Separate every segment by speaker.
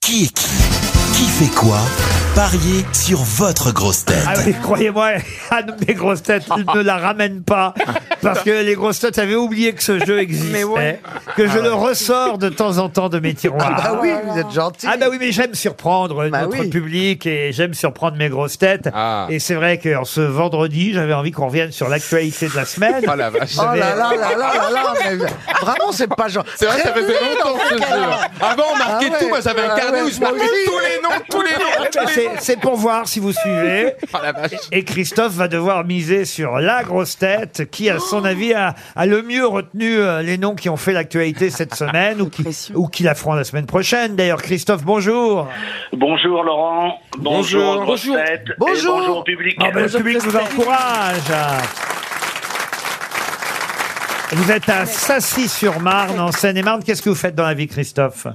Speaker 1: Qui est qui Qui fait quoi Pariez sur votre grosse tête.
Speaker 2: Ah oui, croyez-moi, Anne des grosses têtes ne la ramène pas. Parce que les grosses têtes avaient oublié que ce jeu existait. Que je le ressors de temps en temps de mes tiroirs.
Speaker 3: Ah oui, vous êtes gentil.
Speaker 2: Ah bah oui, mais j'aime surprendre
Speaker 3: Bah
Speaker 2: notre
Speaker 3: oui. Ah.
Speaker 2: public et j'aime surprendre mes grosses têtes.
Speaker 4: Ah.
Speaker 2: Et c'est vrai qu'en ce vendredi, j'avais envie qu'on revienne sur l'actualité de la semaine.
Speaker 4: Oh la vache.
Speaker 3: Oh là là là là là là, mais vraiment c'est pas gentil.
Speaker 4: C'est vrai, ça faisait longtemps ce jeu. Avant, on marquait
Speaker 3: Ah ouais.
Speaker 4: tout. Moi, j'avais
Speaker 3: Ah
Speaker 4: un carnet
Speaker 3: ouais,
Speaker 4: où je
Speaker 3: moi
Speaker 4: marquais
Speaker 3: aussi.
Speaker 4: tous les noms, tous les noms. tous les
Speaker 2: C'est-
Speaker 4: noms.
Speaker 2: C'est pour voir si vous suivez.
Speaker 4: Oh la vache.
Speaker 2: Et Christophe va devoir miser sur la grosse tête qui, à son avis, a, a le mieux retenu euh, les noms qui ont fait l'actualité cette semaine ou qui, ou qui la feront la semaine prochaine. D'ailleurs, Christophe, bonjour.
Speaker 5: Bonjour Laurent,
Speaker 4: Bonjour.
Speaker 5: bonjour, grosse tête, et
Speaker 3: Bonjour.
Speaker 5: bonjour public.
Speaker 2: Ah ben, le public vous encourage. Vous êtes à Sassy-sur-Marne, en Seine-et-Marne. Qu'est-ce que vous faites dans la vie, Christophe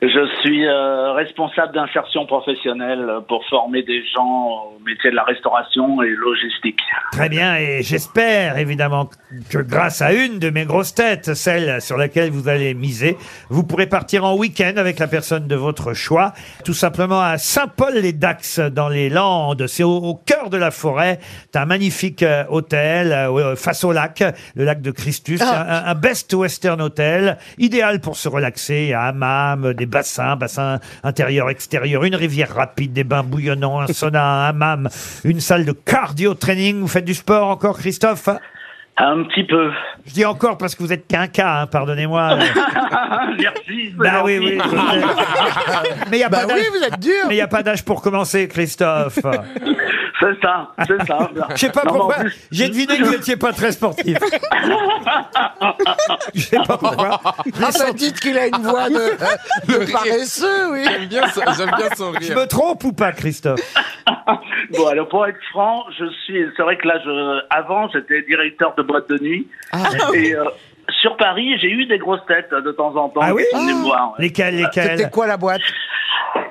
Speaker 5: Je suis euh, responsable d'insertion professionnelle pour former des gens au métier de la restauration et logistique.
Speaker 2: Très bien, et j'espère évidemment que grâce à une de mes grosses têtes, celle sur laquelle vous allez miser, vous pourrez partir en week-end avec la personne de votre choix, tout simplement à Saint-Paul-les-Dax, dans les Landes. C'est au, au cœur de la forêt. C'est un magnifique euh, hôtel euh, euh, face au lac, le lac de Christus, un, un best western hôtel, idéal pour se relaxer. Il y a hammam, des bassins, bassins intérieur, extérieur, une rivière rapide, des bains bouillonnants, un sauna, un hammam, une salle de cardio training. Vous faites du sport encore, Christophe
Speaker 5: Un petit peu.
Speaker 2: Je dis encore parce que vous êtes qu'un cas, hein, pardonnez-moi.
Speaker 5: Merci. c'est
Speaker 2: bah oui,
Speaker 5: gentil.
Speaker 2: oui. je sais. Mais il n'y a
Speaker 3: Bah
Speaker 2: pas
Speaker 3: oui,
Speaker 2: d'âge-
Speaker 3: vous êtes dur.
Speaker 2: mais il n'y a pas d'âge pour commencer, Christophe.
Speaker 5: C'est ça, c'est ça.
Speaker 2: Je sais pas
Speaker 5: Non, mais en
Speaker 2: pourquoi.
Speaker 5: plus-
Speaker 2: J'ai deviné que vous n'étiez pas très sportif. Je sais pas pourquoi.
Speaker 3: Ah bah dites qu'il a une voix de, euh, de
Speaker 4: rire.
Speaker 3: paresseux, oui.
Speaker 4: J'aime bien, son- j'aime bien son
Speaker 2: Je
Speaker 3: euh.
Speaker 4: rire.
Speaker 2: me trompe ou pas,
Speaker 3: Ah,
Speaker 2: Christophe
Speaker 5: Bon, alors pour être franc, je suis. C'est vrai que là, je... avant, j'étais directeur de boîte de nuit.
Speaker 2: Ah,
Speaker 5: et euh, sur Paris, j'ai eu des grosses têtes euh, de temps en temps.
Speaker 2: Ah oui
Speaker 5: qui sont venues me voir.
Speaker 2: Lesquels,
Speaker 3: ah, C'était
Speaker 2: lesquels
Speaker 3: quoi la boîte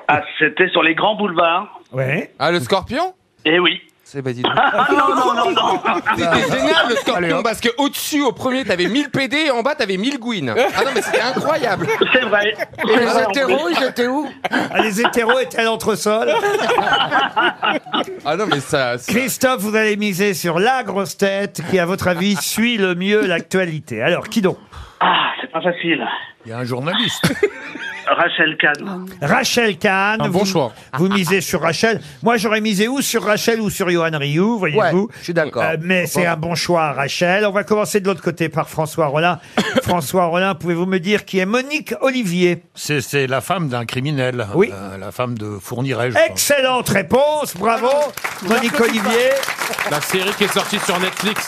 Speaker 5: Ah, C'était sur les grands boulevards.
Speaker 2: Ouais.
Speaker 4: Ah, le scorpion
Speaker 5: Eh oui.
Speaker 4: C'est bah,
Speaker 5: Ah non, non, non, non.
Speaker 4: C'était génial le scorpion parce que au-dessus, au premier, t'avais 1000 PD et en bas, t'avais 1000 Gwyn. Ah non, mais c'était incroyable.
Speaker 5: C'est vrai. C'est
Speaker 3: Les
Speaker 5: vrai, en plus.
Speaker 3: hétéros, ils étaient où
Speaker 2: Ah, Les hétéros étaient à l'entresol.
Speaker 4: Ah non, mais ça. ça-
Speaker 2: Christophe, vous allez miser sur la grosse tête qui, à votre avis, suit le mieux l'actualité. Alors, qui donc
Speaker 5: Ah, c'est pas facile.
Speaker 6: Il y a un journaliste.
Speaker 5: Rachel Kahn.
Speaker 2: Rachel Kahn.
Speaker 4: Un bon
Speaker 2: vous,
Speaker 4: choix.
Speaker 2: Vous misez sur Rachel. Moi, j'aurais misé ou sur Rachel ou sur Johan Rioux,
Speaker 3: Ouais,
Speaker 2: voyez-vous.
Speaker 3: je suis d'accord.
Speaker 2: Euh, mais c'est un bon choix, Rachel. On va commencer de l'autre côté par François Rollin. François Rollin, pouvez-vous me dire qui est Monique Olivier
Speaker 6: C'est c'est la femme d'un criminel.
Speaker 2: Oui.
Speaker 6: Euh, la femme de Fourniret, je pense.
Speaker 2: Excellente réponse, bravo, Monique Olivier.
Speaker 7: La série qui est sortie sur Netflix.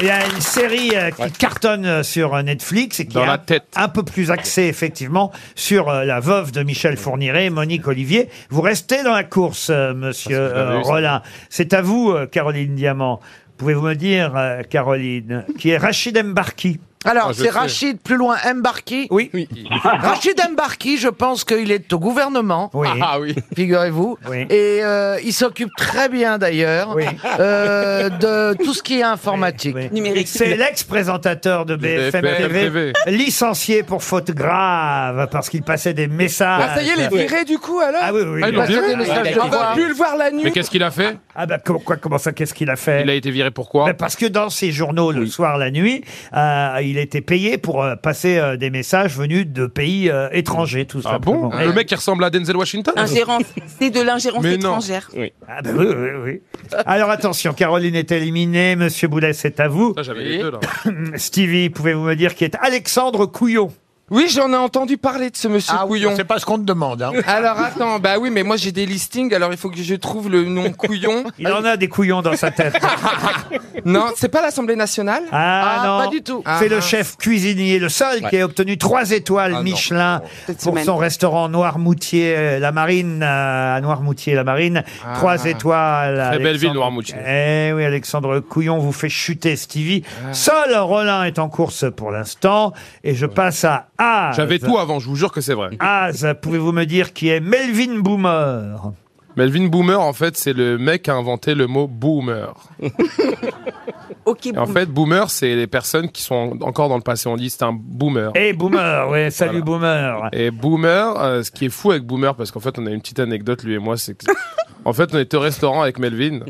Speaker 2: Il y a une série euh, qui cartonne euh, sur euh, Netflix et qui
Speaker 7: Dans
Speaker 2: est
Speaker 7: la
Speaker 2: un-
Speaker 7: tête.
Speaker 2: un peu plus axée effectivement sur euh, la veuve de Michel Fourniret, Monique Olivier. Vous restez dans la course, euh, monsieur
Speaker 7: Parce que j'avais
Speaker 2: euh,
Speaker 7: vu ça.
Speaker 2: Rollin. C'est à vous, euh, Caroline Diamant. Pouvez-vous me dire, euh, Caroline, qui est Rachid Mbarki
Speaker 3: Alors,
Speaker 4: Ah, je
Speaker 3: c'est
Speaker 4: sais.
Speaker 3: Rachid, plus loin, Mbarki.
Speaker 2: Oui.
Speaker 4: Oui.
Speaker 3: Rachid Mbarki, je pense qu'il est au gouvernement.
Speaker 2: Oui.
Speaker 4: Ah oui.
Speaker 3: Figurez-vous.
Speaker 2: Oui.
Speaker 3: Et euh, il s'occupe très bien d'ailleurs
Speaker 2: Oui.
Speaker 3: euh, de tout ce qui est informatique.
Speaker 2: Oui.
Speaker 8: Numérique.
Speaker 2: C'est l'ex-présentateur de BFM,
Speaker 4: BFM
Speaker 2: TV,
Speaker 4: TV.
Speaker 2: licencié pour faute grave parce qu'il passait des messages.
Speaker 4: Ah, ça y est, les virés du coup alors
Speaker 2: Ah oui, oui.
Speaker 7: Ah, ils l'ont
Speaker 2: oui.
Speaker 3: Passez des
Speaker 7: viré
Speaker 3: messages de
Speaker 4: On va
Speaker 3: voix.
Speaker 4: plus le voir la nuit.
Speaker 7: Mais qu'est-ce qu'il a fait
Speaker 2: Ah bah comment, quoi, comment ça, qu'est-ce qu'il a fait
Speaker 7: Il a été viré pourquoi
Speaker 2: Ben, parce que dans ses journaux, le soir, la nuit, euh, il était payé pour euh, passer euh, des messages venus de pays euh, étrangers, tout
Speaker 7: Ah
Speaker 2: simplement.
Speaker 7: bon Le mec qui ressemble à Denzel Washington
Speaker 4: Ah,
Speaker 8: Ingérence. C'est de l'ingérence
Speaker 7: Mais non.
Speaker 8: étrangère.
Speaker 2: Ah ben oui, oui, oui. Alors attention, Caroline est éliminée, Monsieur Boulet, c'est à vous.
Speaker 7: Ça, j'avais les deux là.
Speaker 2: Stevie, pouvez-vous me dire qui est Alexandre Couillon
Speaker 4: Oui, j'en ai entendu parler de ce monsieur
Speaker 3: Ah oui,
Speaker 4: couillon.
Speaker 6: C'est pas ce qu'on te demande. Hein.
Speaker 4: Alors attends, bah oui, mais moi j'ai des listings, alors il faut que je trouve le nom couillon.
Speaker 2: Il en a des couillons dans sa tête.
Speaker 4: Non, c'est pas l'Assemblée nationale
Speaker 2: Ah,
Speaker 3: Ah,
Speaker 2: non
Speaker 3: pas du tout.
Speaker 2: C'est
Speaker 4: Ah,
Speaker 2: le
Speaker 4: mince.
Speaker 2: chef cuisinier, le seul qui a obtenu trois étoiles
Speaker 4: Ah, non.
Speaker 2: Michelin
Speaker 8: Cette
Speaker 2: pour
Speaker 8: semaine.
Speaker 2: son restaurant Noirmoutier-la Marine, euh, à Noirmoutier-la-Marine.
Speaker 4: Ah.
Speaker 2: Trois étoiles.
Speaker 7: Très belle
Speaker 2: Alexandre-
Speaker 7: ville, Noirmoutier.
Speaker 2: Eh oui, Alexandre Couillon vous fait chuter, Stevie.
Speaker 4: Ah.
Speaker 2: Seul Rollin est en course pour l'instant. Et je passe à Az.
Speaker 7: J'avais tout avant, je vous jure que c'est vrai.
Speaker 2: Az, pouvez-vous me dire qui est Melvin Boomer
Speaker 7: Melvin Boomer, en fait, c'est le mec qui a inventé le mot boomer.
Speaker 8: Ok,
Speaker 7: Et en
Speaker 8: bon.
Speaker 7: fait, boomer, c'est les personnes qui sont en- encore dans le passé. On dit c'est un boomer.
Speaker 2: Et Eh, boomer, ouais, salut boomer.
Speaker 7: Et Boomer, euh, ce qui est fou avec Boomer, parce qu'en fait, on a une petite anecdote, lui et moi, c'est que. En fait, on était au restaurant avec Melvin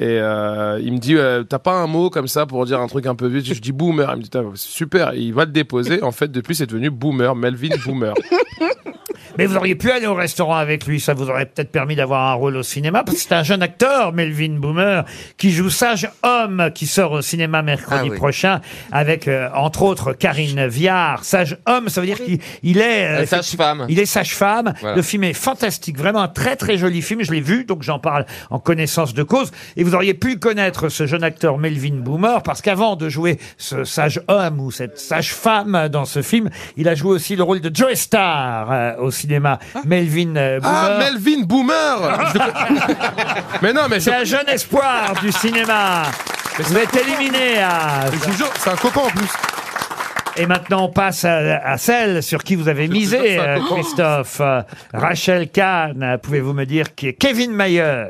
Speaker 7: et euh, il me dit euh, T'as pas un mot comme ça pour dire un truc un peu vite Je dis Boomer. Il me dit Tain, c'est Super, Et il va le déposer. En fait, depuis, c'est devenu Boomer, Melvin Boomer.
Speaker 2: Mais vous auriez pu aller au restaurant avec lui, ça vous aurait peut-être permis d'avoir un rôle au cinéma, parce que c'est un jeune acteur, Melvin Boomer, qui joue Sage Homme, qui sort au cinéma mercredi
Speaker 3: Ah oui.
Speaker 2: prochain, avec, euh, entre autres, Karine Viard. Sage Homme, ça veut dire qu'il il est... euh,
Speaker 4: La sage-femme.
Speaker 2: il est sage-femme.
Speaker 4: Voilà.
Speaker 2: Le film est fantastique, vraiment un très très joli film. Je l'ai vu, donc j'en parle en connaissance de cause. Et vous auriez pu connaître ce jeune acteur Melvin Boomer parce qu'avant de jouer ce sage homme ou cette sage femme dans ce film, il a joué aussi le rôle de Joe Star euh, au cinéma. Melvin euh, Boomer.
Speaker 7: ah, Melvin Boomer Je- Mais non, mais je-
Speaker 2: C'est un jeune espoir du cinéma. Vous êtes éliminé ah, à...
Speaker 7: je vous jure, c'est un copain en plus.
Speaker 2: Et maintenant, on passe à, à celle sur qui vous avez misé,
Speaker 7: ça,
Speaker 2: euh, Christophe. Euh, Rachel Kahn, pouvez-vous me dire qui est Kevin Mayer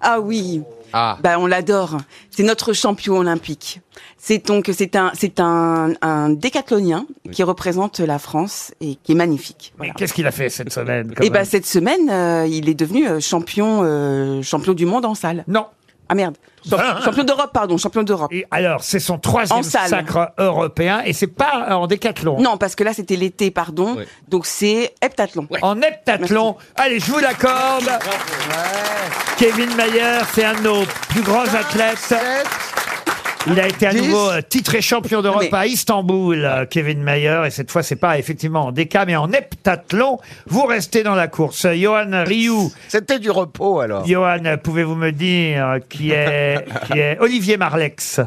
Speaker 8: Ah oui.
Speaker 4: Ah.
Speaker 8: Bah, on l'adore. C'est notre champion olympique. C'est donc c'est un c'est un, un décathlonien qui représente la France et qui est magnifique.
Speaker 2: Mais
Speaker 8: Voilà.
Speaker 2: Qu'est-ce qu'il a fait cette semaine quand
Speaker 8: Et bah
Speaker 2: même
Speaker 8: cette semaine, euh, il est devenu euh, champion euh, champion du monde en salle.
Speaker 2: Non.
Speaker 8: Ah merde. Champ- champion d'Europe pardon, champion d'Europe.
Speaker 2: Et alors, c'est son troisième
Speaker 8: En salle.
Speaker 2: sacre européen et c'est pas en décathlon.
Speaker 8: Non, parce que là c'était l'été pardon.
Speaker 4: Ouais.
Speaker 8: Donc c'est heptathlon.
Speaker 2: En heptathlon. Allez, je vous l'accorde. Kevin Mayer, c'est un de nos plus grands athlètes. Il a été à nouveau euh, titré champion d'Europe
Speaker 8: Mais-
Speaker 2: à Istanbul, euh, Kevin Mayer, et cette fois c'est pas effectivement en déca mais en heptathlon. Vous restez dans la course. Johan Rioux,
Speaker 3: C'était du repos alors.
Speaker 2: Johan, pouvez-vous me dire qui est qui est Olivier Marlex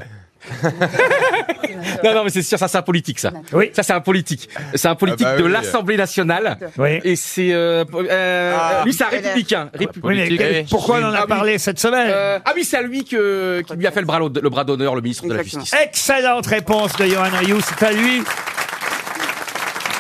Speaker 9: Non, non, mais c'est sûr, ça, c'est un politique, ça.
Speaker 2: Oui.
Speaker 9: Ça, c'est un politique. C'est un politique
Speaker 7: Ah bah
Speaker 9: de
Speaker 7: oui.
Speaker 9: l'Assemblée nationale.
Speaker 2: Oui.
Speaker 9: Et c'est... Euh, euh,
Speaker 7: Ah.
Speaker 9: lui, c'est un républicain. Répu-
Speaker 2: Oui, mais
Speaker 7: Politique.
Speaker 2: pourquoi on en
Speaker 9: Ah
Speaker 2: a
Speaker 9: oui.
Speaker 2: parlé cette semaine
Speaker 9: Euh, ah oui, c'est à lui que, qui lui a fait le bras, l'hon- le bras d'honneur, le ministre de la
Speaker 8: Exactement.
Speaker 9: Justice.
Speaker 2: Excellente réponse de Johan Rioux. C'est à lui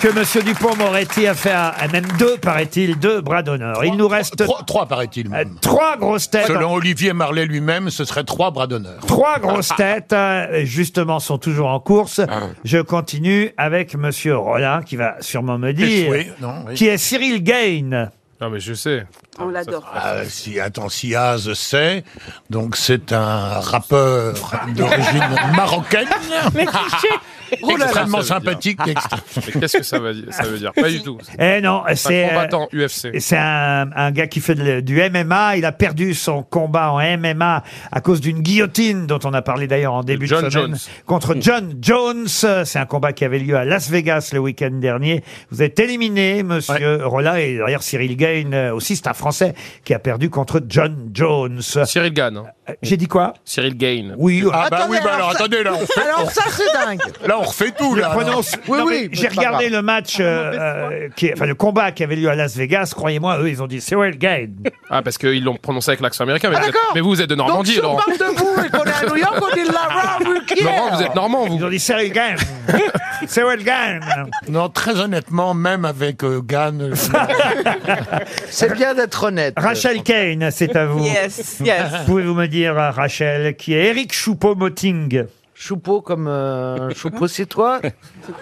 Speaker 2: que Monsieur Dupont-Moretti a fait un, un- même deux, paraît-il, deux bras d'honneur. Il nous reste
Speaker 6: Trois, trois, paraît-il.
Speaker 2: euh,
Speaker 6: même.
Speaker 2: trois grosses têtes.
Speaker 6: Selon Olivier Marlet lui-même, ce serait trois bras d'honneur.
Speaker 2: Trois grosses têtes, euh, justement, sont toujours en course.
Speaker 6: Ah
Speaker 2: Je continue avec Monsieur Rollin, qui va sûrement me dire,
Speaker 6: Échoué, non, oui.
Speaker 2: qui est Cyril Gain.
Speaker 7: Non, mais je sais.
Speaker 8: On l'adore.
Speaker 6: Ah, si, attends, si Az sait, donc c'est un rappeur d'origine marocaine, Ah, extrêmement
Speaker 7: ça veut dire.
Speaker 6: sympathique, extré-
Speaker 7: Mais qu'est-ce que ça, va dire ça veut dire Pas du tout.
Speaker 2: Eh non,
Speaker 7: C'est un
Speaker 2: c'est... euh,
Speaker 7: combattant UFC.
Speaker 2: Et C'est un, un gars qui fait de- du MMA. Il a perdu son combat en MMA à cause d'une guillotine dont on a parlé d'ailleurs en début
Speaker 7: John
Speaker 2: de semaine
Speaker 7: Jones.
Speaker 2: contre John Jones. C'est un combat qui avait lieu à Las Vegas le week-end dernier. Vous êtes éliminé, monsieur Rolla. Et derrière Cyril Gain euh, aussi, c'est un Français qui a perdu contre John Jones.
Speaker 7: Cyril Gann. hein.
Speaker 2: Euh, J'ai dit quoi
Speaker 7: Cyril Gain.
Speaker 2: Oui. euh,
Speaker 6: Ah bah oui, bah alors attendez, là on refait,
Speaker 3: Alors ça c'est dingue.
Speaker 6: on- là, on refait tout.
Speaker 2: je
Speaker 6: Là, alors.
Speaker 2: prononce.
Speaker 3: Oui,
Speaker 2: Non, mais
Speaker 3: oui, mais
Speaker 2: J'ai
Speaker 3: c'est pas
Speaker 2: regardé le match, euh, euh, qui, enfin le combat qui avait lieu à Las Vegas. Croyez-moi, eux, ils ont dit Cyril Gain.
Speaker 7: Ah, parce qu'ils l'ont prononcé avec l'accent américain. Mais, vous, êtes,
Speaker 3: d'accord.
Speaker 7: mais vous, vous êtes de
Speaker 3: Donc
Speaker 7: Normandie,
Speaker 3: si on
Speaker 7: Laurent.
Speaker 3: parle de vous et qu'on est à New York, on dit Lara Ruquier.
Speaker 7: Laurent, vous êtes normand, vous.
Speaker 2: Ils ont dit Cyril Gain. Cyril Gain.
Speaker 6: Non, très honnêtement, même avec euh, Gann,
Speaker 3: C'est bien d'être honnête.
Speaker 2: Rachel Kane, c'est à vous.
Speaker 8: Yes, yes.
Speaker 2: Pouvez-vous me dire, euh, Rachel, qui est Eric Choupo-Moting
Speaker 3: Choupeau comme euh, Choupeau, c'est toi.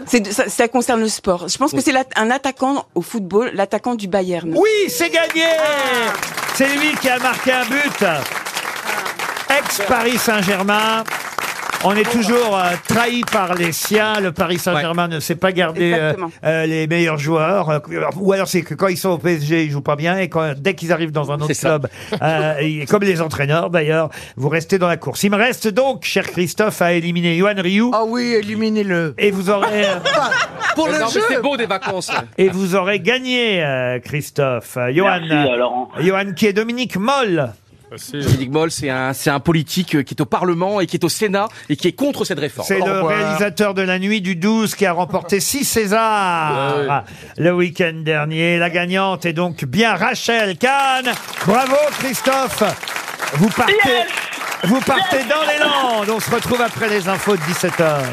Speaker 8: C'est de- ça, ça concerne le sport. Je pense que c'est la- un attaquant au football, l'attaquant du Bayern.
Speaker 2: Oui, c'est gagné C'est lui qui a marqué un but. Ex-Paris Saint-Germain. On est toujours euh, trahi par les siens. Le Paris Saint-Germain ne sait pas garder euh,
Speaker 8: Exactement.
Speaker 2: euh, les meilleurs joueurs. Euh, Ou alors c'est que quand ils sont au PSG, ils jouent pas bien. Et quand, dès qu'ils arrivent dans un autre
Speaker 9: C'est ça.
Speaker 2: club, euh, et comme les entraîneurs d'ailleurs, vous restez dans la course. Il me reste donc, cher Christophe, à éliminer Johan Rioux.
Speaker 3: Ah oui, éliminez-le.
Speaker 2: Et vous aurez... euh,
Speaker 3: Ah, Pour le
Speaker 9: Non, mais
Speaker 3: jeu.
Speaker 9: c'est beau des vacances.
Speaker 2: Et vous aurez gagné, euh, Christophe. Euh, Johan,
Speaker 5: Merci, euh, Laurent.
Speaker 2: Johan, qui est Dominique Moll.
Speaker 9: Philippe Moll, c'est un, c'est un politique euh, qui est au Parlement et qui est au Sénat et qui est contre cette réforme.
Speaker 2: C'est le
Speaker 6: revoir.
Speaker 2: réalisateur de La Nuit du 12 qui a remporté 6 Césars le week-end dernier. La gagnante est donc bien Rachel Kahn. Bravo, Christophe. Vous partez, vous partez dans les Landes. On se retrouve après les infos de 17h.